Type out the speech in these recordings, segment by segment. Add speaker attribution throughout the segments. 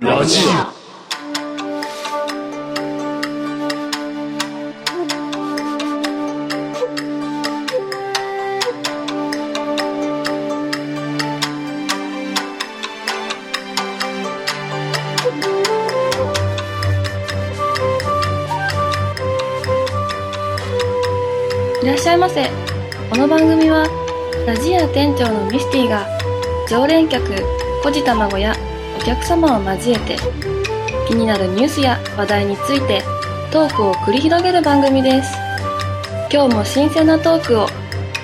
Speaker 1: ラジ
Speaker 2: いらっしゃいませこの番組はラジア店長のミスティが常連客コジ卵やお客様を交えて気になるニュースや話題についてトークを繰り広げる番組です今日も新鮮なトークを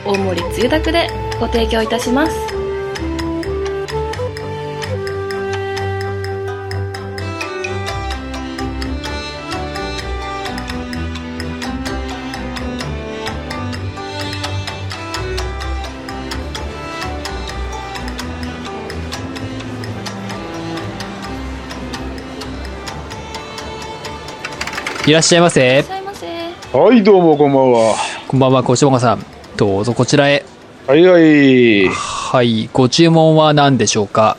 Speaker 2: 大盛りつゆだくでご提供いたします
Speaker 3: いらっしゃいま
Speaker 2: いらっ
Speaker 3: せ
Speaker 2: し。ゃいませ
Speaker 1: はい、どうもこんばんは。
Speaker 3: こんばんは、こしばかさん。どうぞこちらへ。
Speaker 1: はいはい。
Speaker 3: はい、ご注文は何でしょうか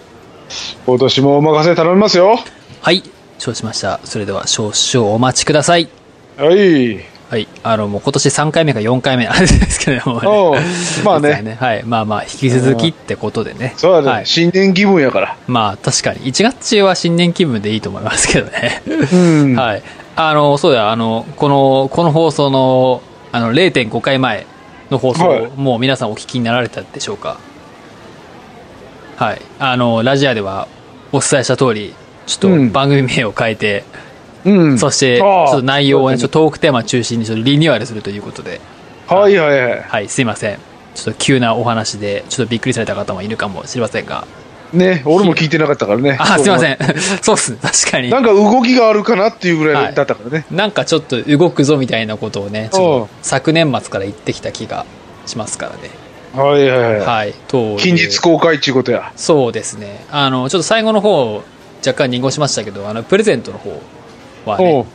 Speaker 1: 今年もお任せ頼みますよ。
Speaker 3: はい、承知しました。それでは少々お待ちください。
Speaker 1: はい。
Speaker 3: はい、あの、もう今年3回目か4回目なん ですけれどもね。
Speaker 1: おうまあ
Speaker 3: そうです
Speaker 1: ね。
Speaker 3: ね。はい、まあまあ、引き続きってことでね。
Speaker 1: そうだ
Speaker 3: は
Speaker 1: ね。
Speaker 3: い。
Speaker 1: 新年気分やから。
Speaker 3: まあ、確かに。1月中は新年気分でいいと思いますけどね。
Speaker 1: うん。
Speaker 3: はい。あの、そうだ、あの、この、この放送の、あの、0.5回前の放送、
Speaker 1: はい
Speaker 3: もう皆さんお聞きになられたでしょうかはい。あの、ラジアではお伝えした通り、ちょ
Speaker 1: う
Speaker 3: っと
Speaker 1: ん
Speaker 3: 番組名を変えて、
Speaker 1: うん。
Speaker 3: そして、ち
Speaker 1: あ
Speaker 3: ょ
Speaker 1: あ
Speaker 3: っと内容をね、ち
Speaker 1: そ
Speaker 3: ょ
Speaker 1: う
Speaker 3: っとトークテーマ中心にちょっとリニューアルするということで、
Speaker 1: はいはいは
Speaker 3: はい、すいません。ちょっと急なお話で、ちょっとびっくりされた方もいるかもしれませんが。
Speaker 1: い。ね、俺も聞いてなかったからね。
Speaker 3: あ、すいません。 そうっすね。確かに。
Speaker 1: なんか動きがあるかなっていうぐら
Speaker 3: はいい
Speaker 1: だったからね。
Speaker 3: なんかちょっと動くぞみたいなことをね、ち
Speaker 1: う
Speaker 3: ょ
Speaker 1: ん
Speaker 3: っと昨年末から言ってきた気がしますからね。
Speaker 1: はいはいは
Speaker 3: はい。と
Speaker 1: い。近日公開っちゅうことや。
Speaker 3: そうですね。あの、ちょっと最後の方、若干濁しましたけど、あの、プレゼントの方は
Speaker 1: お
Speaker 3: ね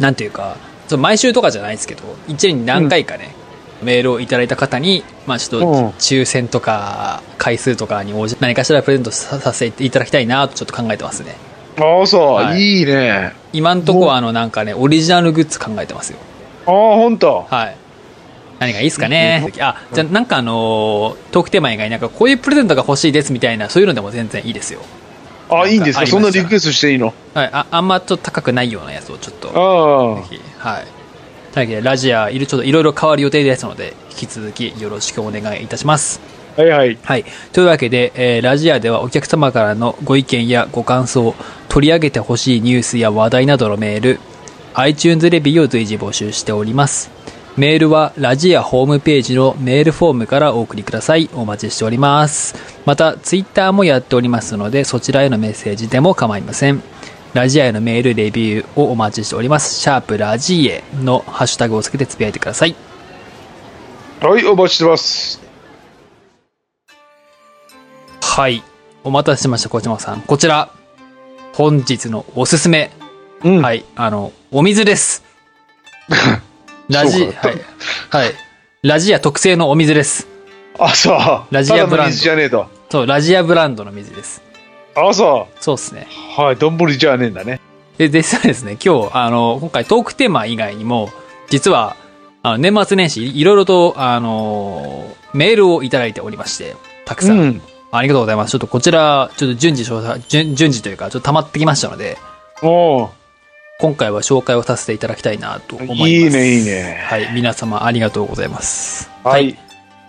Speaker 1: う、。
Speaker 3: なんていうか、その毎週とかじゃないですけど、一年に何回かね、メールをいただいた方に、まあちょっ
Speaker 1: うん
Speaker 3: と、抽選とか、回数とかに応じ何かしらプレゼントささせていただきたいなとちょっと考えてますね。
Speaker 1: ああ、そう。
Speaker 3: はい
Speaker 1: いいね。
Speaker 3: 今んとこはあの、なんかね、オリジナルグッズ考えてますよ。
Speaker 1: ああ、ほんと。
Speaker 3: はい。何がいいですかね。あ、じゃあなんかあのートークテーマ以外になんかこういうプレゼントが欲しいですみたいな、そういうのでも全然いいですよ。
Speaker 1: あいいんですか
Speaker 3: なんかありました
Speaker 1: そんなリクエストしていいの
Speaker 3: はい。あ、あんまちょっと高くないようなやつをちょっと、ぜ
Speaker 1: あ
Speaker 3: ひ、はい。というわけで、ラジア、いろちょっといろいろ変わる予定ですので、引き続きよろしくお願いいたします。
Speaker 1: あ。はいはい。
Speaker 3: はい。というわけで、えーラジアではお客様からのご意見やご感想、取り上げてほしいニュースや話題などのメール、iTunes レビューを随時募集しております。メールはラジアホームページのメールフォームからお送りください。お待ちしております。また、ツイッターもやっておりますので、そちらへのメッセージでも構いません。ラジアへのメール、レビューをお待ちしております。シャープラジエのハッシュタグをつけてつぶやいてください。
Speaker 1: はい、お待ちしてます。
Speaker 3: はい。お待たせしました、小島さん。こちら。本日のおすすめ。
Speaker 1: うん。。
Speaker 3: はいい。あの、お水 です。ラジ、
Speaker 1: そうか
Speaker 3: はい。はい。ラジア特製のお水です。
Speaker 1: あ、そう。
Speaker 3: ラジアブラ
Speaker 1: ただの
Speaker 3: ンド
Speaker 1: 水じゃねえと。
Speaker 3: そう、ラジアブランドの水です。
Speaker 1: あ、そ
Speaker 3: そうですね。
Speaker 1: う。はい、丼じゃねえんだね。
Speaker 3: で、実はですね、今日、あの、今回トークテーマ以外にも、実は、あの、年末年始、いろいろと、あの、メールをいただいておりまして、たくさん。
Speaker 1: うん。
Speaker 3: ありがとうございます。ちょっとこちら、ちょっと順次調査、順順次というか、ちょっと溜まってきましたので、
Speaker 1: おう
Speaker 3: 今回は紹介をさせていただきたいなと思います。
Speaker 1: いいね、いいね。
Speaker 3: はい、皆様ありがとうございます。
Speaker 1: はい。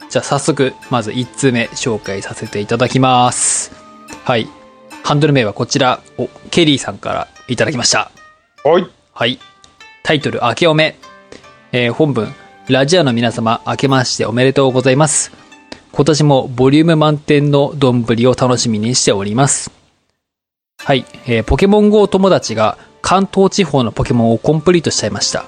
Speaker 3: じゃあ早速、まず1通目紹介させていただきます。はい。ハンドル名はこちらをケリーさんからいただきました。
Speaker 1: はい。
Speaker 3: はい。タイトル、明けおめ。えー本文、ラジアの皆様、明けましておめでとうございます。今年もボリューム満点の丼を楽しみにしております。はい、えーポケモン GO 友達が関東地方のポケモンをコンプリートしちゃいました。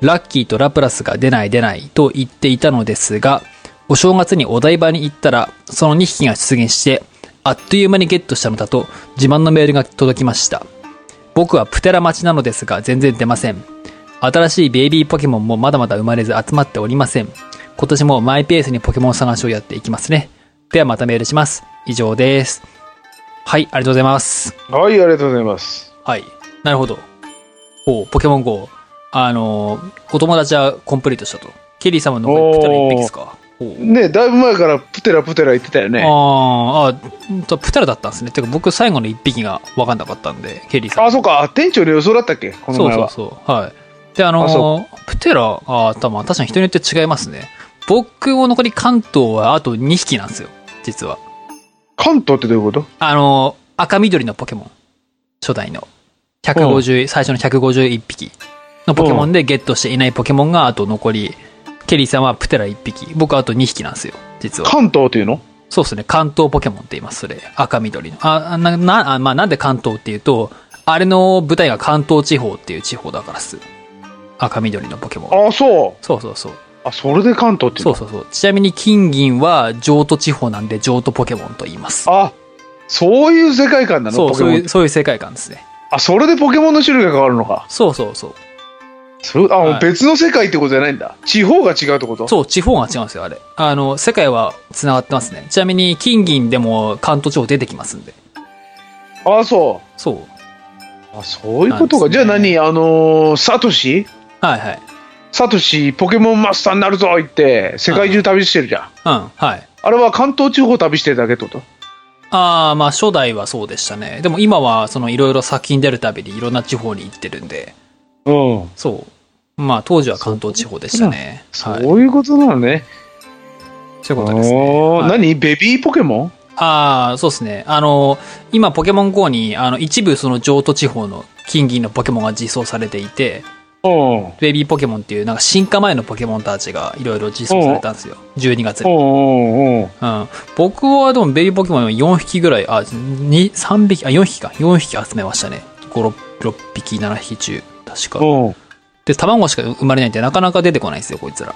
Speaker 3: ラッキーとラプラスが出ない出ないと言っていたのですが、お正月にお台場に行ったら、その2匹が出現して、あっという間にゲットしたのだと自慢のメールが届きました。僕はプテラ待ちなのですが全然出ません。新しいベイビーポケモンもまだまだ生まれず集まっておりません。今年もマイペースにポケモン探しをやっていきますね。ではまたメールします。以上です。はい、ありがとうございます。
Speaker 1: はい、ありがとうございます。
Speaker 3: はい。なるほど。おうポケモン GO。あのーお友達はコンプリートしたと。ケリー様の残りプテラ1匹ですか。おう
Speaker 1: ねだいぶ前からプテラプテラ言ってたよね。
Speaker 3: あーあ、うんとプテラだったんですね。てか僕最後の1匹が分かんなかったんで、ケリーさん。
Speaker 1: あ、そうか。あ店長の予想だったっけこの
Speaker 3: そう
Speaker 1: 前
Speaker 3: そ
Speaker 1: は。
Speaker 3: うそう。はい。で、あの
Speaker 1: あそ
Speaker 3: ープテラ、あー多分確かに人によって違いますね。僕を残り関東はあと2匹なんですよ。実は。
Speaker 1: 関東ってどういうこと
Speaker 3: あのー赤緑のポケモン。初代の。150、最初の151匹のポケモンでゲットしていないポケモンがあと残り、ケリーさんはプテラ1匹。僕はあと2匹なんですよ。実は。
Speaker 1: 関東っていうの
Speaker 3: そうですね。関東ポケモンって言います、それ。赤緑の。あ、な、な、あまあ、なんで関東っていうと、あれの舞台が関東地方っていう地方だからっす。赤緑のポケモン。
Speaker 1: あ、そう。
Speaker 3: そうそうそう。
Speaker 1: あ、それで関東っていう
Speaker 3: そ
Speaker 1: の
Speaker 3: うそうそう。ちなみに金銀は上都地方なんで上都ポケモンと言います。
Speaker 1: あ、そういう世界観なのポ
Speaker 3: そう、
Speaker 1: ケ
Speaker 3: そう
Speaker 1: モン
Speaker 3: い
Speaker 1: って
Speaker 3: う、そういう世界観ですね。
Speaker 1: あ、それでポケモンの種類が変わるのか。
Speaker 3: そうそうそう。
Speaker 1: そうあ、
Speaker 3: はい
Speaker 1: 別の世界ってことじゃないんだ。地方が違うってこと
Speaker 3: そう、地方が違うんですよ、あれ。あの、世界は繋がってますね。ちなみに金銀でも関東地方出てきますんで。
Speaker 1: あ、そ
Speaker 3: そう。
Speaker 1: う。あ、そういうこと
Speaker 3: な
Speaker 1: か。
Speaker 3: んで
Speaker 1: じゃ
Speaker 3: す
Speaker 1: あ
Speaker 3: ね
Speaker 1: 何あのーサトシ
Speaker 3: はいはい。
Speaker 1: サトシ、ポケモンマスターになるぞ言って、世界中旅してるじゃん。
Speaker 3: うん、はい。
Speaker 1: あれは関東地方旅してるだけってこと
Speaker 3: ああ、まあ初代はそうでしたね。でも今はそのいろいろ作品出るたびにいろんな地方に行ってるんで、
Speaker 1: うん。
Speaker 3: そう。まあ当時は関東地方でしたね。
Speaker 1: そ
Speaker 3: はい。
Speaker 1: ういうことなのね。
Speaker 3: そういうことですね。
Speaker 1: お
Speaker 3: は
Speaker 1: ー
Speaker 3: い
Speaker 1: 何ベビーポケモン
Speaker 3: ああ、そうですね。あの、今ポケモン GO に、あの、一部その上都地方の金銀のポケモンが実装されていて、
Speaker 1: うん。
Speaker 3: ベビーポケモンっていうなんか進化前のポケモンたちがいろいろ実装されたんですよ。12月
Speaker 1: う
Speaker 3: に。
Speaker 1: んうんうん。
Speaker 3: うん。僕はでもベビーポケモン4匹ぐらい、あ、2、3匹、あ、4匹か。4匹集めましたね。5、6, 6匹、7匹中。確か。
Speaker 1: うん。あ、
Speaker 3: で、卵しか生まれないんで、なかなか出てこないんですよ、こいつら。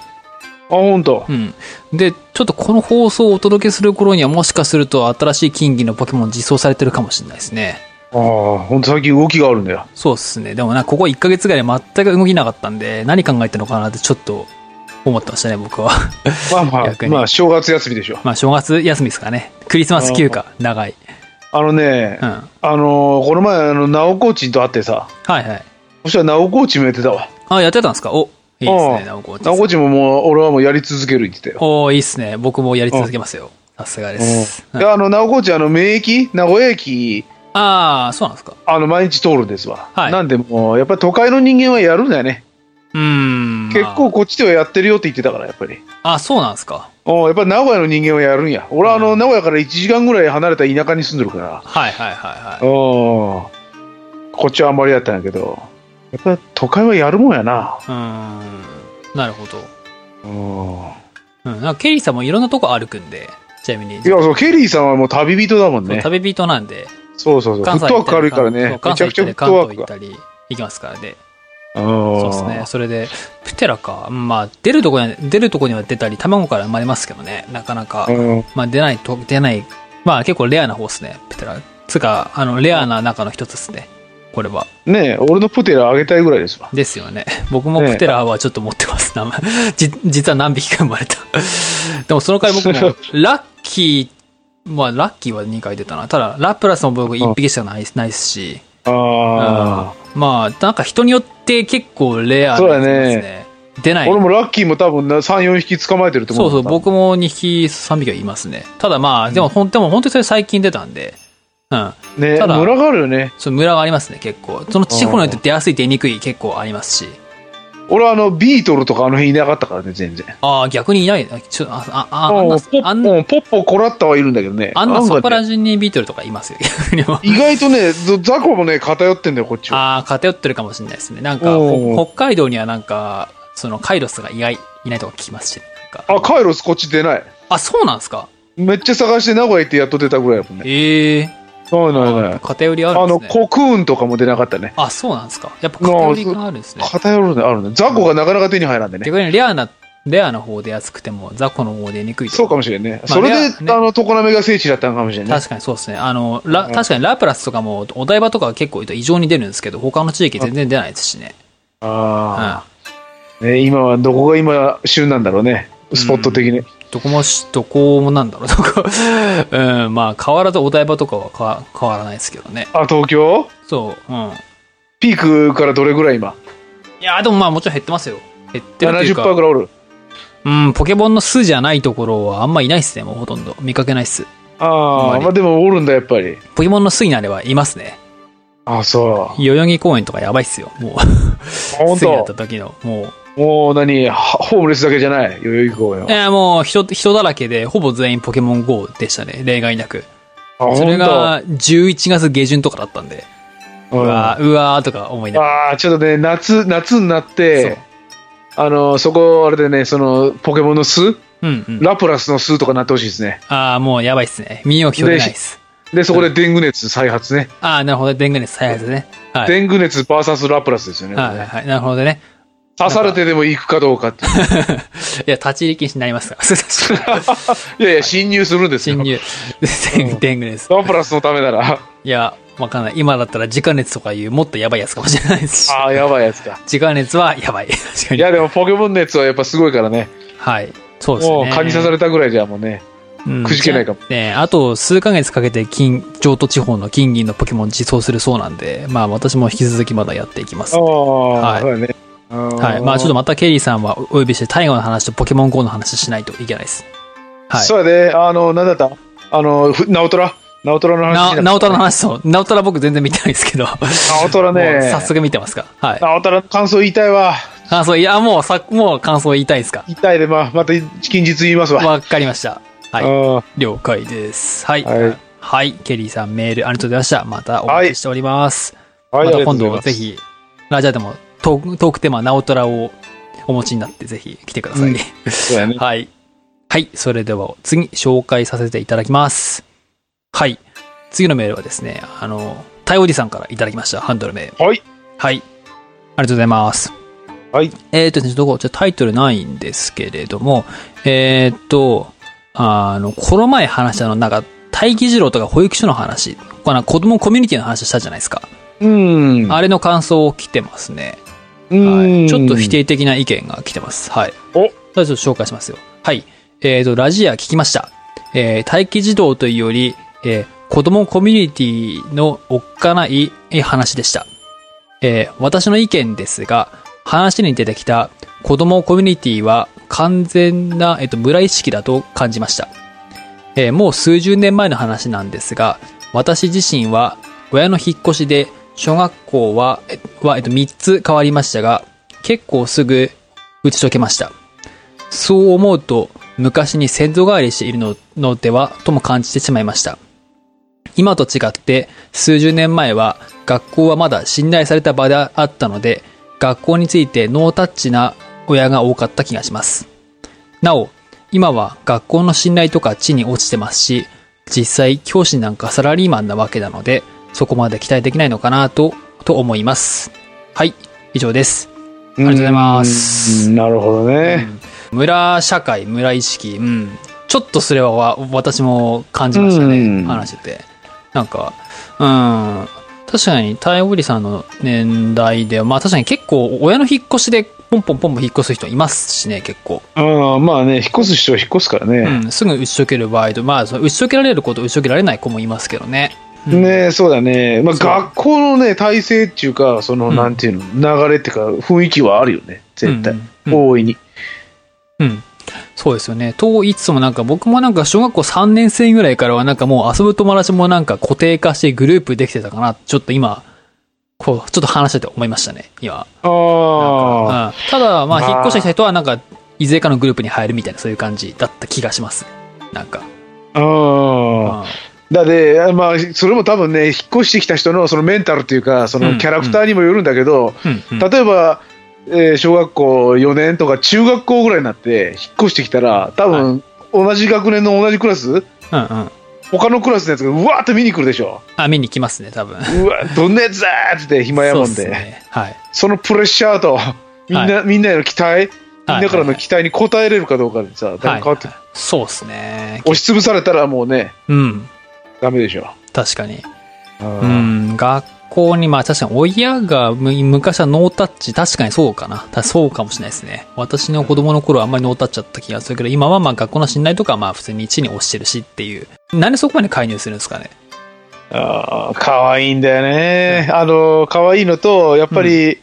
Speaker 1: ほんと
Speaker 3: う。ん。で、ちょっとこの放送をお届けする頃には、もしかすると新しい金銀のポケモン実装されてるかもしれないですね。
Speaker 1: ああ、ほんと最近動きがあるんだよ。
Speaker 3: そうですね。でもな、ここ1ヶ月ぐらい全く動きなかったんで、何考えてるのかなってちょっと思ってましたね、僕は。
Speaker 1: まあま
Speaker 3: 逆
Speaker 1: あ、
Speaker 3: に
Speaker 1: まあ、正月休みでしょ。
Speaker 3: まあ、正月休みですかね。クリスマス休暇、長い。
Speaker 1: あのね、
Speaker 3: うん。は
Speaker 1: あのーこの前、あの、ナオコーチンと会ってさ、
Speaker 3: いはい。
Speaker 1: そしたらナオコーチンもやってたわ。
Speaker 3: あ、やってたんですかお、いいです
Speaker 1: う
Speaker 3: ね、
Speaker 1: ん
Speaker 3: なおこ
Speaker 1: ナオコーチンももう、俺はもうやり続ける言ってたよ。
Speaker 3: おーいいっすね。僕もやり続けますよ。さすがです。
Speaker 1: で、
Speaker 3: うん
Speaker 1: あの、ナオコーチン、あの、名駅、名古屋駅、
Speaker 3: ああ、そうなんですか。
Speaker 1: あの、毎日通るんですわ。
Speaker 3: はい
Speaker 1: なんで、もう、やっぱり都会の人間はやるんだよね。
Speaker 3: うーん。まあ
Speaker 1: 結構こっちではやってるよって言ってたから、やっぱり。
Speaker 3: あ、そうなんですか。
Speaker 1: おやっぱり名古屋の人間はやるんや。俺はあの、名古屋から1時間ぐらい離れた田舎に住んでるから。
Speaker 3: はいはいはいは
Speaker 1: おこっちはあんまりやったんやけど、やっぱり都会はやるもんやな。
Speaker 3: い。うーん。なるほど。
Speaker 1: うん。
Speaker 3: うん。なんかケリーさんもいろんなとこ歩くんで、ちなみ
Speaker 1: い
Speaker 3: に。
Speaker 1: や、そう、ケリーさんはもう旅人だもん
Speaker 3: そう
Speaker 1: ね。
Speaker 3: 旅人なんで、
Speaker 1: そうそうそう。フ
Speaker 3: 関
Speaker 1: ッ
Speaker 3: 西
Speaker 1: トワ
Speaker 3: 行っ
Speaker 1: ー
Speaker 3: た
Speaker 1: ク軽
Speaker 3: り
Speaker 1: いから
Speaker 3: そう
Speaker 1: ね。め
Speaker 3: 関
Speaker 1: ち
Speaker 3: 西
Speaker 1: ゃ
Speaker 3: 行
Speaker 1: く
Speaker 3: っ
Speaker 1: ち
Speaker 3: た
Speaker 1: ゃフットワーク
Speaker 3: り、関東行っ
Speaker 1: が。
Speaker 3: たり、行きますからね。そう
Speaker 1: そ
Speaker 3: ですね。。それで、プテラか。うんまあ、出るとこには、出るとこには出たり、卵から生まれますけどね。なかなか。
Speaker 1: うん。
Speaker 3: まあ、出ないと、出ない。まあ、結構レアな方ですね。プテラ。つか、あの、レアな中の一つですね。これは。
Speaker 1: ねえ俺のプテラあげたいぐらいですわ。
Speaker 3: ですよね。 僕もプテラはちょっと持ってます。名前 じ実は何匹か生まれた。 でもその回僕も、 ラッキー、まあラッキーは2回出たな。ただ、ラプラスも僕1匹しかないないですし、
Speaker 1: あ
Speaker 3: うんまあなんか人によって結構レアなやつです
Speaker 1: そうだ
Speaker 3: ね。出な
Speaker 1: あ。
Speaker 3: い。
Speaker 1: 俺もラッキーも多分な3、4匹捕まえてると
Speaker 3: そ
Speaker 1: 思
Speaker 3: う
Speaker 1: う。
Speaker 3: そう、僕も2匹、3匹はいますね。ただまあ、でもほん、でも本当にそれ最近出たんで、うん。
Speaker 1: ね
Speaker 3: ただ
Speaker 1: 村があるよね。
Speaker 3: そのムラがありますね、結構。その地方によって出やすい、出にくい結構ありますし。
Speaker 1: 俺はあの、ビートルとかあの辺いなかったからね、全然。
Speaker 3: ああ、逆にいない。ちょあ、あ、あ、あん
Speaker 1: う
Speaker 3: なん
Speaker 1: ポッ
Speaker 3: あんな
Speaker 1: うんポッポコラッタはいるんだけどね。
Speaker 3: あんな
Speaker 1: かね
Speaker 3: そこら中にビートルとかいますよ。逆にも
Speaker 1: 意外とね、ぞ雑魚もね、偏ってんだよ、こっちは。
Speaker 3: ああ、偏ってるかもしれないですね。なんか、
Speaker 1: おー
Speaker 3: ほ北海道にはなんか、そのカイロスが意外、いないとか聞きますし、なんか。
Speaker 1: あ、カイロスこっち出ない。
Speaker 3: あ、そうなんですか
Speaker 1: めっちゃ探して名古屋行ってやっと出たぐらいだもんね。
Speaker 3: ええ
Speaker 1: ないないない
Speaker 3: ー。。偏りある
Speaker 1: あ
Speaker 3: んで
Speaker 1: の、
Speaker 3: すね。
Speaker 1: コクーンとかも出なかったね。
Speaker 3: あそうなんですか。やっぱ偏りがあるんですね。
Speaker 1: 偏るね、あるね。雑魚がなかなか手に入らんでね。
Speaker 3: 逆にレアな、レアな方で安くても、雑魚の方でにくいと
Speaker 1: そうかもしれんね。それ
Speaker 3: レ
Speaker 1: で
Speaker 3: ア、ね
Speaker 1: あの、常滑が聖地だったのかもしれんね。
Speaker 3: 確かにそうですね。あの、ラ、
Speaker 1: うん
Speaker 3: 確かにラプラスとかも、お台場とかは結構異常に出るんですけど、他の地域全然出ないですしね。うん。
Speaker 1: ああ。ね、今は、どこが今、旬なんだろうね。スポット的に。
Speaker 3: どこもし、どこもなんだろう、どこ。 うん、まあ、変わらずお台場とかは変わ変わらないですけどね。
Speaker 1: あ、東京
Speaker 3: そう、うん。
Speaker 1: ピークからどれぐらい今
Speaker 3: いやーでもまあもちろん減ってますよ。減ってるとい
Speaker 1: ?70%
Speaker 3: うか。
Speaker 1: ぐらいおる。
Speaker 3: うん、ポケモンの巣じゃないところはあんまいないっすね、もうほとんど。見かけないっす。
Speaker 1: あ
Speaker 3: あ
Speaker 1: あ、
Speaker 3: んまり
Speaker 1: まあでもおるんだ、やっぱり。
Speaker 3: ポケモンの巣になればいますね。
Speaker 1: あそ
Speaker 3: 代々木公園とかやばいっすよ、も
Speaker 1: う。
Speaker 3: う。
Speaker 1: 本
Speaker 3: 巣になった
Speaker 1: 当。
Speaker 3: 時の、もう。
Speaker 1: もう何、はホームレスだけじゃない、代々木公園は。
Speaker 3: えーもう人、人だらけで、ほぼ全員ポケモン GO でしたね、例外なく。
Speaker 1: あ、
Speaker 3: それ
Speaker 1: 本当。
Speaker 3: が11月下旬とかだったんで、
Speaker 1: う
Speaker 3: うんわー、うわーとか思いなが
Speaker 1: ああ、ちょっとね、夏、夏になっ
Speaker 3: そう
Speaker 1: て、あの、そこ、あれでね、その、ポケモンの巣、
Speaker 3: ら。うんうん。
Speaker 1: ラプラスの巣とかになってほしいですね。
Speaker 3: ああ、もうやばいっすね。身を聞こえないっす。
Speaker 1: で、そこでデング熱再発ね。
Speaker 3: ああ、なるほど。デング熱再発ね。はい。
Speaker 1: デング熱 VS ラプラスですよね。
Speaker 3: はい、はい。なるほどね。
Speaker 1: 刺されてでも行くかどうかっていう。
Speaker 3: いや、立ち入り禁止になりますから。 確か に
Speaker 1: いやいや、侵入するんですよ
Speaker 3: 侵。入。 デングです。
Speaker 1: ラプラスのためな ら。
Speaker 3: いや、わかんない。今だったら時間熱とかいうもっとやばいやつかもしれないですし。
Speaker 1: ああ、やばいやつか。
Speaker 3: 時間熱はやばい。確か
Speaker 1: い
Speaker 3: に。
Speaker 1: や、でもポケモン熱はやっぱすごいからね。
Speaker 3: はい。そうですね。
Speaker 1: もう蚊に刺されたぐらいじゃもうね。
Speaker 3: うん
Speaker 1: くじけないかも。
Speaker 3: ねあと数ヶ月かけて金、上都地方の金銀のポケモン実装するそうなんで、まあ私も引き続きまだやっていきます。
Speaker 1: あ
Speaker 3: は
Speaker 1: あ、
Speaker 3: い。
Speaker 1: そうだね。はい
Speaker 3: まあちょっとまたケリーさんはお呼びして、タイガーの話とポケモン GO の話しないといけないです。はい。
Speaker 1: そうやで、あの、なんだったあの、ふナオトラナオトラの話し
Speaker 3: な、
Speaker 1: た。
Speaker 3: なおたらの話そう。なおたら僕全然見てないです けど。
Speaker 1: ナオトラ
Speaker 3: もう
Speaker 1: ね
Speaker 3: 早。速見てますかはい。
Speaker 1: ナオトラの感想言いたいわ。
Speaker 3: 感想、いや、もうさ、もう感想言いたいですか
Speaker 1: 言いたいで、まあ、また近日言いますわ。
Speaker 3: わかりました。は
Speaker 1: うん
Speaker 3: い。了解です。はい。
Speaker 1: は
Speaker 3: はいい。ケリーさんメールありがとうございました。またお待ちしております。
Speaker 1: はい
Speaker 3: ま
Speaker 1: あ
Speaker 3: た
Speaker 1: りがと
Speaker 3: 今
Speaker 1: うござい
Speaker 3: 度
Speaker 1: ます
Speaker 3: ぜひ、ラジャーでもトークトークテーマ、ナオトラをお持ちになってぜひ来てください。
Speaker 1: うんそうやね。
Speaker 3: はい。はい。それでは次、紹介させていただきます。はい。次のメールはですね、あの、タイおじさんからいただきました。ハンドル名。
Speaker 1: はい。
Speaker 3: はい。ありがとうございます。
Speaker 1: はい。
Speaker 3: えっ、とですね、どこちょっとタイトルないんですけれども、えっ、と、あの、この前話したあの、なんか、待機児童とか保育所の話、この子供コミュニティの話したじゃないですか。
Speaker 1: うん。
Speaker 3: あれの感想を来てますね。
Speaker 1: う
Speaker 3: は
Speaker 1: ん
Speaker 3: い。ちょっと否。定的な意見が来てます。はい。
Speaker 1: お
Speaker 3: じゃあちょっと紹介しますよ。はい。えっ、と、ラジア聞きました。えー待機児童というより、えー子供コミュニティのおっかない話でした。えー私の意見ですが、話に出てきた子供コミュニティは完全な、えっと、村意識だと感じました。えーもう数十年前の話なんですが、私自身は親の引っ越しで小学校は、えはえっと、3つ変わりましたが、結構すぐ打ち解けました。そう思うと、昔に先祖返りしているののではとも感じてしまいました。今と違って、数十年前は学校はまだ信頼された場であったので、学校についてノータッチな親が多かった気がします。なお、今は学校の信頼とか地に落ちてますし、実際教師なんかサラリーマンなわけなので、そこまで期待できないのかなと、と思います。はい、以上です。
Speaker 1: あり
Speaker 3: がとうございます
Speaker 1: なるほどね。
Speaker 3: 村社会村意識うんちょっとそれはわ私も感じましたね、
Speaker 1: うん
Speaker 3: 話しててなんかうん確かにタイオリさんの年代ではまあ確かに結構親の引っ越しでポンポンポンポン引っ越す人いますしね結構、
Speaker 1: うん、まあね、引っ越す人は引っ越すから
Speaker 3: う
Speaker 1: ね。
Speaker 3: ん、すぐ打ち解ける場合とまあその打ち解けられる子と打ち解けられない子もいますけどねうん
Speaker 1: ねそうだね。まあ、
Speaker 3: そう
Speaker 1: 学校のね、体制っていうか、その、
Speaker 3: うん
Speaker 1: なんていうの、流れっていうか、雰囲気はあるよね。絶対。
Speaker 3: うんうん
Speaker 1: 大いに。
Speaker 3: うんそうですよねといつもなんか僕もなんか小学校3年生ぐらいからはなんかもう遊ぶ友達もなんか固定化してグループできてたかなちょっと今こうちょっと話してて思いましたね今
Speaker 1: ああ。
Speaker 3: うんただま
Speaker 1: ま
Speaker 3: あ
Speaker 1: あ
Speaker 3: 引っ越してきた人はなんかいずれかのグループに入るみたいなそういう感じだった気がしますなんか、う
Speaker 1: ああ。
Speaker 3: ん
Speaker 1: だで、まあ、それも多分ね、引っ越してきた人のそのメンタルっていうか、そ
Speaker 3: うん
Speaker 1: のキャラクターにもよるんだけど、
Speaker 3: うんうん
Speaker 1: 例えば、えー小学校4年とか中学校ぐらいになって引っ越してきたら、多分、同じ学年の同じクラス、
Speaker 3: うんうん
Speaker 1: 他のクラスのやつがうわーって見に来るでしょ。
Speaker 3: あ見に来ますね 多分
Speaker 1: うわ、どんなやつだーって言って暇やもん
Speaker 3: そうっす
Speaker 1: で、
Speaker 3: ねはい
Speaker 1: そのプレッシャーと、みんな、みんなへの期待、みんなからの期待に応えれるかどうかでさ、だいぶ変わってくる、
Speaker 3: はいそうですね
Speaker 1: 押しつぶされたらもうね、
Speaker 3: うん
Speaker 1: ダメでしょ。
Speaker 3: 確かに
Speaker 1: う
Speaker 3: うんん、学校に、まあ確かに親がむ昔はノータッチ、確かにそうかな。たそうかもしれないですね。私の子供の頃はあんまりノータッチだった気がするけど、今はまあ学校の信頼とかはまあ普通に1に押してるしっていう。なんでそこまで介入するんですかね。
Speaker 1: ああ、可愛いんだよね。あの、可愛いのと、やっぱり、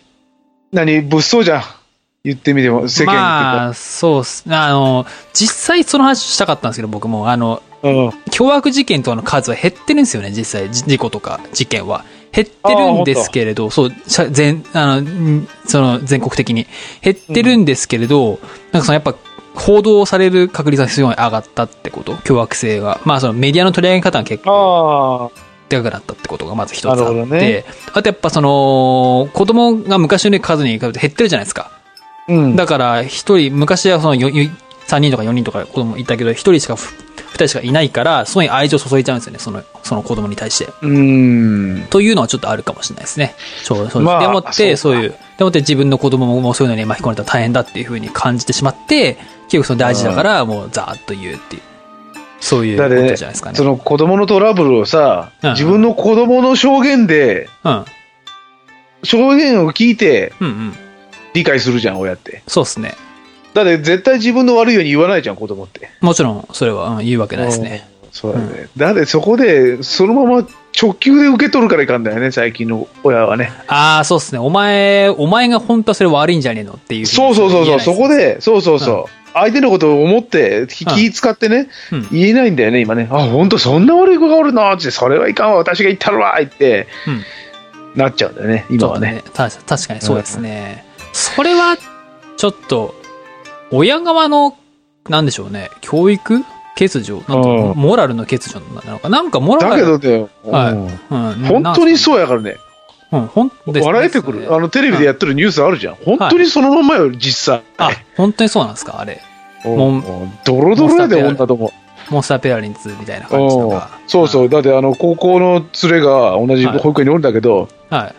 Speaker 1: 何、物騒じゃん。言ってみても、世間
Speaker 3: まあ、そうっす。あの、実際その話したかったんですけど、僕も。あの、
Speaker 1: 結構。うん。
Speaker 3: 凶悪事件とかの数は減ってるんですよね、実際。じ事故とか事件は。減ってるんですけれど、そう、しゃ全、あの、んその、全国的に。減ってるんですけれど、なんかそのやっぱ、報道される確率がすごい上がったってこと凶悪性が。まあそのメディアの取り上げ方が結構
Speaker 1: あ
Speaker 3: でかくなったってことがまず一つあって
Speaker 1: なるほどね
Speaker 3: あとやっぱその子供が昔の数に比べて減ってるじゃないですか
Speaker 1: あ。うん。
Speaker 3: だから一人昔はそのよよ3人とか4人とか子供いたけど一人しかふ二人しかいないからそこに愛情を注いちゃうんですよねその その子供に対して
Speaker 1: うん。
Speaker 3: というのはちょっとあるかもしれないですねそうそう
Speaker 1: まあ
Speaker 3: でもって
Speaker 1: そ
Speaker 3: そうう
Speaker 1: か
Speaker 3: いうでもって自分の子供ももうそういうのに巻き込まれたら大変だっていうふうに感じてしまって結局その大事だからもうザーッと言うっていうそういう
Speaker 1: だ
Speaker 3: こ
Speaker 1: っ
Speaker 3: と
Speaker 1: て
Speaker 3: じ
Speaker 1: ね
Speaker 3: ゃないですかね
Speaker 1: その子供のトラブルをさ、
Speaker 3: うん
Speaker 1: 自分の子供の証言で、
Speaker 3: うん
Speaker 1: 証言を聞いて
Speaker 3: うんうん
Speaker 1: 理解するじゃん、親って。
Speaker 3: そうですね
Speaker 1: だって絶対自分の悪いように言わないじゃん、子供って。
Speaker 3: もちろんそれは、うん、言うわけないですね
Speaker 1: そうだね。だってそこで、そのまま直球で受け取るからいかんだよね、最近の親はね。
Speaker 3: ああ、そうっすね。お前、お前が本当はそれ悪いんじゃねえのっていう。
Speaker 1: そうそうそうそう、そこ。で、そうそうそう。
Speaker 3: う
Speaker 1: 相手のことを思って、気
Speaker 3: うん
Speaker 1: 気使ってね、
Speaker 3: うん
Speaker 1: 言えないんだよね、今ね。あ、本当そんな悪い子がおるなって、それはいかんわ、私が言ったるわ、って、
Speaker 3: うん
Speaker 1: なっちゃうんだよね、今
Speaker 3: そう
Speaker 1: は
Speaker 3: だ
Speaker 1: ね。
Speaker 3: ね。た確かにそうですね。それは、ちょっと、親側の、なんでしょうね、教育欠如なんか
Speaker 1: うん
Speaker 3: モラルの欠如なのか。なんかモラル。
Speaker 1: だけどだよ、
Speaker 3: はい
Speaker 1: うん
Speaker 3: うん、
Speaker 1: 本当にそうやからね、
Speaker 3: う。うん、本当ですね
Speaker 1: 笑えてくる、あのテレビでやってるニュースあるじゃん、本当にそのまんまよ、実際。
Speaker 3: あ、本当にそうなんですか、あれ。も
Speaker 1: う
Speaker 3: ん
Speaker 1: んドロドロやで、
Speaker 3: モンスタ
Speaker 1: 女とも。
Speaker 3: モンスターペアレンツみたいな感じと
Speaker 1: うん
Speaker 3: か。
Speaker 1: そうそう、だってあの高校の連れが同じ
Speaker 3: はい
Speaker 1: 保育園におるんだけど、
Speaker 3: うん。はい。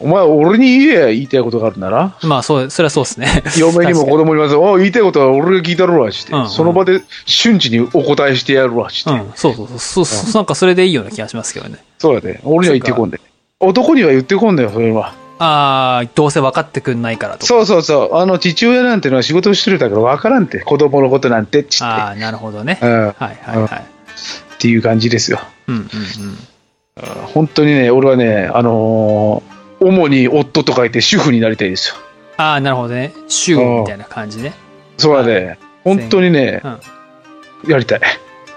Speaker 1: お前、俺に言えや言いたいことがあるなら、
Speaker 3: まあ、そう、それはそうですね。
Speaker 1: 嫁にも子供にもおう言いたいことは俺が聞いたろわして、
Speaker 3: うんうん
Speaker 1: その場で瞬時にお答えしてやるわして、
Speaker 3: うん、そうそうそうそうそう。なんかそれでいいような気がしますけどね。
Speaker 1: そうやで、俺には言ってこんで。男には言ってこんだよ、それは。
Speaker 3: ああ、どうせ分かってくんないからとか。
Speaker 1: そうそうそう。あの、父親なんてのは仕事をしてるだから分からんって。子供のことなんて、ちっ
Speaker 3: ああ、なるほどね
Speaker 1: て。。うん。っ
Speaker 3: はいはいはい。
Speaker 1: ていう感じですよ。
Speaker 3: うんうんう
Speaker 1: う
Speaker 3: ん。
Speaker 1: ん本当にね、俺はね、あのー主に夫と書いて主婦になりたいですよ。
Speaker 3: ああ、なるほどね。週みたいな感じね。
Speaker 1: そうやで、本当にね、
Speaker 3: うん
Speaker 1: やりたい。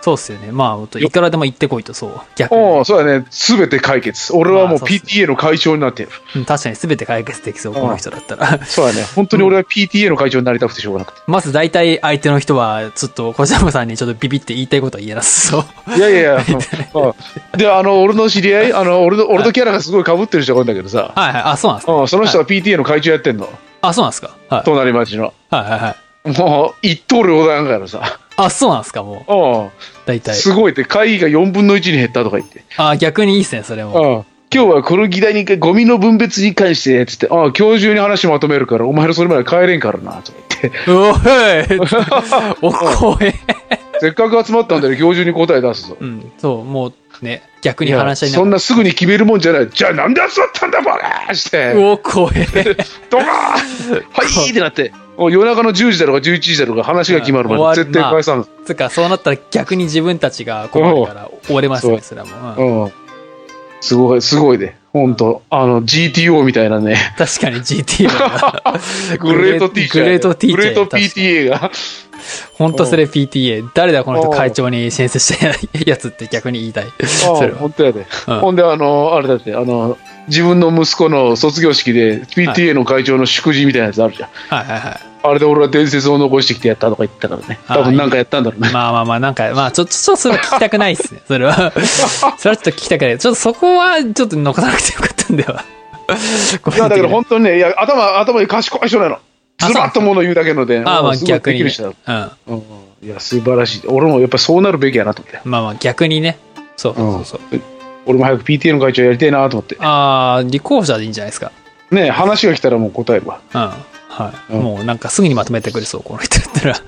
Speaker 3: そうっすよね。まあほんと、いくらでも行ってこいと、そう。逆に。
Speaker 1: おお、そうやね、すべて解決。俺はもう
Speaker 3: まあそうっす
Speaker 1: PTA の会長になってる。
Speaker 3: うん確かに全て解決できそう、この人だったら。
Speaker 1: そうやね、本当に俺は PTA の会長になりたくてしょうがなくて。
Speaker 3: まず大体相手の人は、ちょっと、小島さんにちょっとビビって言いたいことは言えなさそう。
Speaker 1: いやいやいや、うんで、あの、俺の知り合い、あの、俺の、俺とキャラがすごい被ってる人がいるんだけどさ、
Speaker 3: はいはい。あ、そうなんですか。
Speaker 1: うん、その人は PTA の会長やってんの。
Speaker 3: あ、そうなんですか。はい。
Speaker 1: 隣町の。
Speaker 3: はいはいはい。
Speaker 1: もう、一刀両断だからさ、
Speaker 3: あ、そうなんですか、
Speaker 1: う
Speaker 3: もう。大
Speaker 1: ん、
Speaker 3: 体。
Speaker 1: すごいって、会議が4分の1に減ったとか言って。
Speaker 3: あー逆にいいっすね、それも。
Speaker 1: うん今日はこの議題に、ゴミの分別に関して、つって、ああ、今日中に話まとめるから、お前らそれまで帰れんからな、とか言 って、
Speaker 3: おいおこえ。
Speaker 1: せっかく集まったんだよ、今日中に答え出すぞ。
Speaker 3: うん、そう、もうね、逆に話し合いな
Speaker 1: そんなすぐに決めるもんじゃない。じゃあなんで集まったんだ、バカーして、
Speaker 3: おお、怖え。
Speaker 1: ドカーン はいってなって、もう夜中の10時だろうが11時だろうが話が決まる
Speaker 3: うん
Speaker 1: まで、絶対解散。
Speaker 3: つうか、そうなったら逆に自分たちが困るから終われますね、それはもう。うん
Speaker 1: うん。すごい、すごいで、ほんと、あの、GTO みたいな ね、
Speaker 3: 確かに GT は。
Speaker 1: グレートティーチャー。
Speaker 3: グレートティーチ
Speaker 1: グ
Speaker 3: ャー
Speaker 1: レート PTA が。
Speaker 3: 本当それ PTA。誰だこの人会長に申請したやつって逆に言いたい。それ
Speaker 1: ああ
Speaker 3: は。
Speaker 1: 本当やで、
Speaker 3: うん
Speaker 1: ほんであのあれだってあの自分の息子の卒業式で PTA の会長の祝辞みたいなやつあるじゃん、
Speaker 3: はいはいはい。
Speaker 1: あれで俺は伝説を残してきてやったとか言ってたからね
Speaker 3: ああ
Speaker 1: 多分なんかやったんだろう ね
Speaker 3: まあまあまあ、なんか、まあ、ちょ、ちょ、ちょっとそれは聞きたくないっすね。そ れは。それはちょっと聞きたくない。ちょっとそこは、ちょっと残さなくてよかったんだよ。ご
Speaker 1: いやだけど
Speaker 3: めんね
Speaker 1: 本当にねいや頭頭に賢い人なのずらっともの言うだけので
Speaker 3: ああ、ま
Speaker 1: も
Speaker 3: あ
Speaker 1: うすごい
Speaker 3: 逆
Speaker 1: で
Speaker 3: に
Speaker 1: き
Speaker 3: ね。
Speaker 1: る
Speaker 3: う
Speaker 1: 人だ
Speaker 3: ん。ま
Speaker 1: うんうんいや素晴らしい俺もやっぱそうなるべきやなと思って
Speaker 3: あまあ逆にね。そうそうそう。
Speaker 1: 俺も早く PTA の会長やりたいなと思って
Speaker 3: ああ、立候補者でいいんじゃないですか。
Speaker 1: ね話が来たらもう答えるわ
Speaker 3: うん。はい。
Speaker 1: うん
Speaker 3: もうなんかすぐにまとめてくれそう、この人だったら。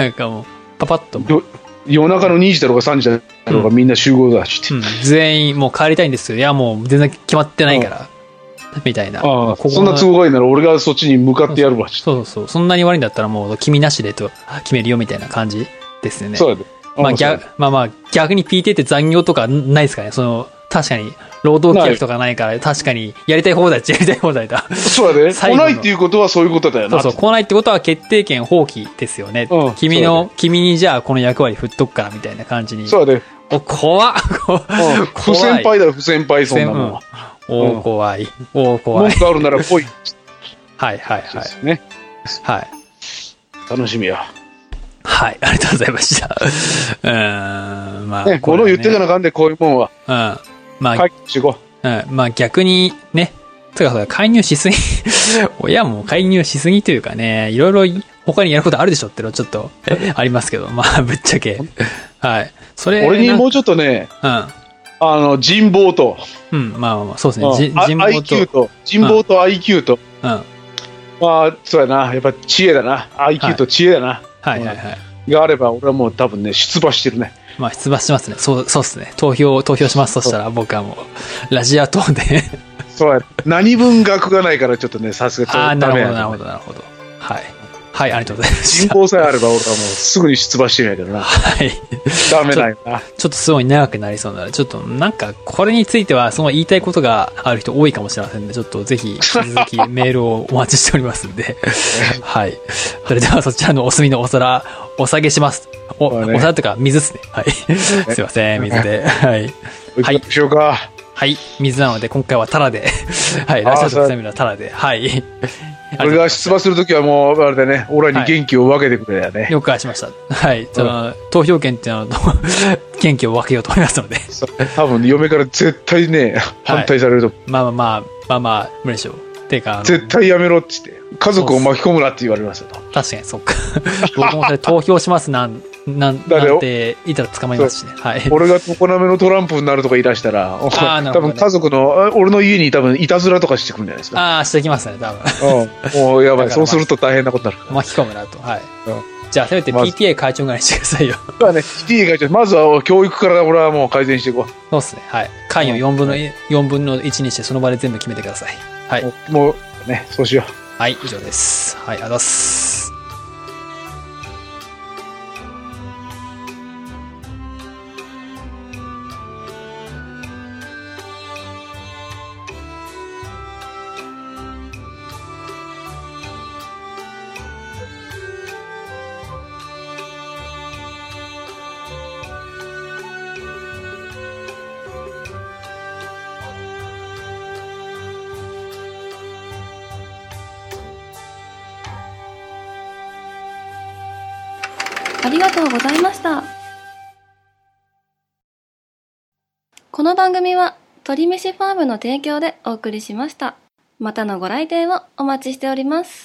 Speaker 3: なんかもう、パパッともう。
Speaker 1: ど夜中の2時だろうが3時だろうが、
Speaker 3: う
Speaker 1: みんな集合だっつって、
Speaker 3: うん全員もう帰りたいんですよ。いや、もう全然決まってないから。みたいな。
Speaker 1: ああ
Speaker 3: ここ
Speaker 1: そんな
Speaker 3: が
Speaker 1: 都合がいいなら俺がそっちに向かってやるわっつって
Speaker 3: そうそう。そんなに悪いんだったらもう君なしでと決めるよみたいな感じですよね。
Speaker 1: そうやで、
Speaker 3: まあ
Speaker 1: うんそうや
Speaker 3: 逆、まあまあ逆に PT って残業とかないですかね。その、確かに労働規約とかないから、確かにやりたい放題っちゃやりたい放題だ。
Speaker 1: そうやで
Speaker 3: 最
Speaker 1: 来
Speaker 3: 後の
Speaker 1: ないっていうことはそういうことだよ
Speaker 3: そ
Speaker 1: な
Speaker 3: うそう、来ないってことは決定権放棄ですよね。
Speaker 1: うん
Speaker 3: 君
Speaker 1: そうだ
Speaker 3: の、君にじゃあこの役割振っとくからみたいな感じに。
Speaker 1: そうやで、
Speaker 3: お、怖っ
Speaker 1: うん
Speaker 3: 怖
Speaker 1: 不先輩だよ不先輩そんなもんは
Speaker 3: うん
Speaker 1: う
Speaker 3: お
Speaker 1: ん
Speaker 3: 怖い。お怖
Speaker 1: 文
Speaker 3: い。
Speaker 1: 句あるなら来いっつっ
Speaker 3: はいはい
Speaker 1: て
Speaker 3: は
Speaker 1: で
Speaker 3: い。
Speaker 1: すね、
Speaker 3: はい。
Speaker 1: 楽しみや、
Speaker 3: はい、ありがとうございました。 うーん、まあ、
Speaker 1: ね、こ
Speaker 3: これ
Speaker 1: の
Speaker 3: はね
Speaker 1: 言ってたらかんでこういうもんは
Speaker 3: うん。まあ、
Speaker 1: 解決していこ
Speaker 3: うん、まあ逆にね、つうかそうだ介入しすぎ、 親も介入しすぎというかね、いろいろ他にやることあるでしょってのはちょっとありますけど、まあ ぶっちゃけ。はい。それ、
Speaker 1: う俺に
Speaker 3: なん
Speaker 1: もうちょっとね
Speaker 3: うん。
Speaker 1: あの人望と
Speaker 3: うん、まあまあまあ、そうです
Speaker 1: うん
Speaker 3: ね。じ
Speaker 1: あ
Speaker 3: 人望と
Speaker 1: IQ、と人望と IQ と、
Speaker 3: うん。は
Speaker 1: まあそうやなやっぱ知恵だな IQ と知恵だな、
Speaker 3: いはいはい。
Speaker 1: があれば俺はもう多分ね出馬してるね
Speaker 3: まあ出馬しますね。そう、そうですね。投票、投票しますとしたら僕はもう、ラジア等で。
Speaker 1: そうや何分額がないからちょっとねさすがち
Speaker 3: あ
Speaker 1: ょ
Speaker 3: あ、
Speaker 1: っとダ
Speaker 3: なるほ
Speaker 1: メ
Speaker 3: ど、なる
Speaker 1: や
Speaker 3: ほど、なるほど。はい。はい、ありがとうございまし
Speaker 1: 人
Speaker 3: た。
Speaker 1: 口さえあれば俺はもうすぐに出馬してるんやけど な
Speaker 3: はい。
Speaker 1: ダメだよな
Speaker 3: ちょっとすごい長くなりそうなので、ちょっとなんかこれについてはその言いたいことがある人多いかもしれませんので、ちょっとぜひ引き続きメールをお待ちしておりますん で、はい。それではそちらのお墨のお皿、お下げします。お、
Speaker 1: そうだね
Speaker 3: お皿というか水ですね。はい。すいません、水で。はい。はい
Speaker 1: しようか
Speaker 3: はい、水なので今回はタラで、 はい、
Speaker 1: あー
Speaker 3: ラジオ
Speaker 1: そう
Speaker 3: とセミナータラで、はい。
Speaker 1: 俺が出馬するときはもうあれだね俺らに元気を分けてくれだよね、
Speaker 3: 了解しました。はい。その、投票権っていうのと、 権限を分けようと思いますので。
Speaker 1: そう多分嫁から絶対ね反対されると思う、
Speaker 3: まあまあまあ、まあまあ、無理でしょう。ていうか、あの
Speaker 1: 絶対やめろっつって家族を巻き込むなって言われますよ
Speaker 3: 確かにそっか。 僕もそれ投票しますなん、なん、
Speaker 1: だよ
Speaker 3: なんて言ったら捕まりますしね。はい。
Speaker 1: 俺が常めのトランプになるとか言い出したら、
Speaker 3: ーなる
Speaker 1: 多
Speaker 3: ほどね
Speaker 1: 分家族のあ俺の家に多分いたずらとかしてくるんじゃないですか
Speaker 3: ああ、してきますね、多分。
Speaker 1: うんもうやばい、
Speaker 3: だからまあ
Speaker 1: そうすると大変なことになるから。
Speaker 3: 巻き込むなと。はい。
Speaker 1: うん
Speaker 3: じゃあ、せめて
Speaker 1: まず
Speaker 3: PTA 会長ぐらいにしてくださいよ。
Speaker 1: まあね、PTA 会長、まずは教育から俺はもう改善していこ
Speaker 3: そうですね。はい。会を4分の、4分の1にして、その場で全部決めてください。は
Speaker 1: う。も
Speaker 3: い。
Speaker 1: うもうね、そうしよう。
Speaker 3: はい、以上です。はい、ありがとうございます。
Speaker 2: ありがとうございました。この番組は鳥飯ファームの提供でお送りしました。またのご来店をお待ちしております。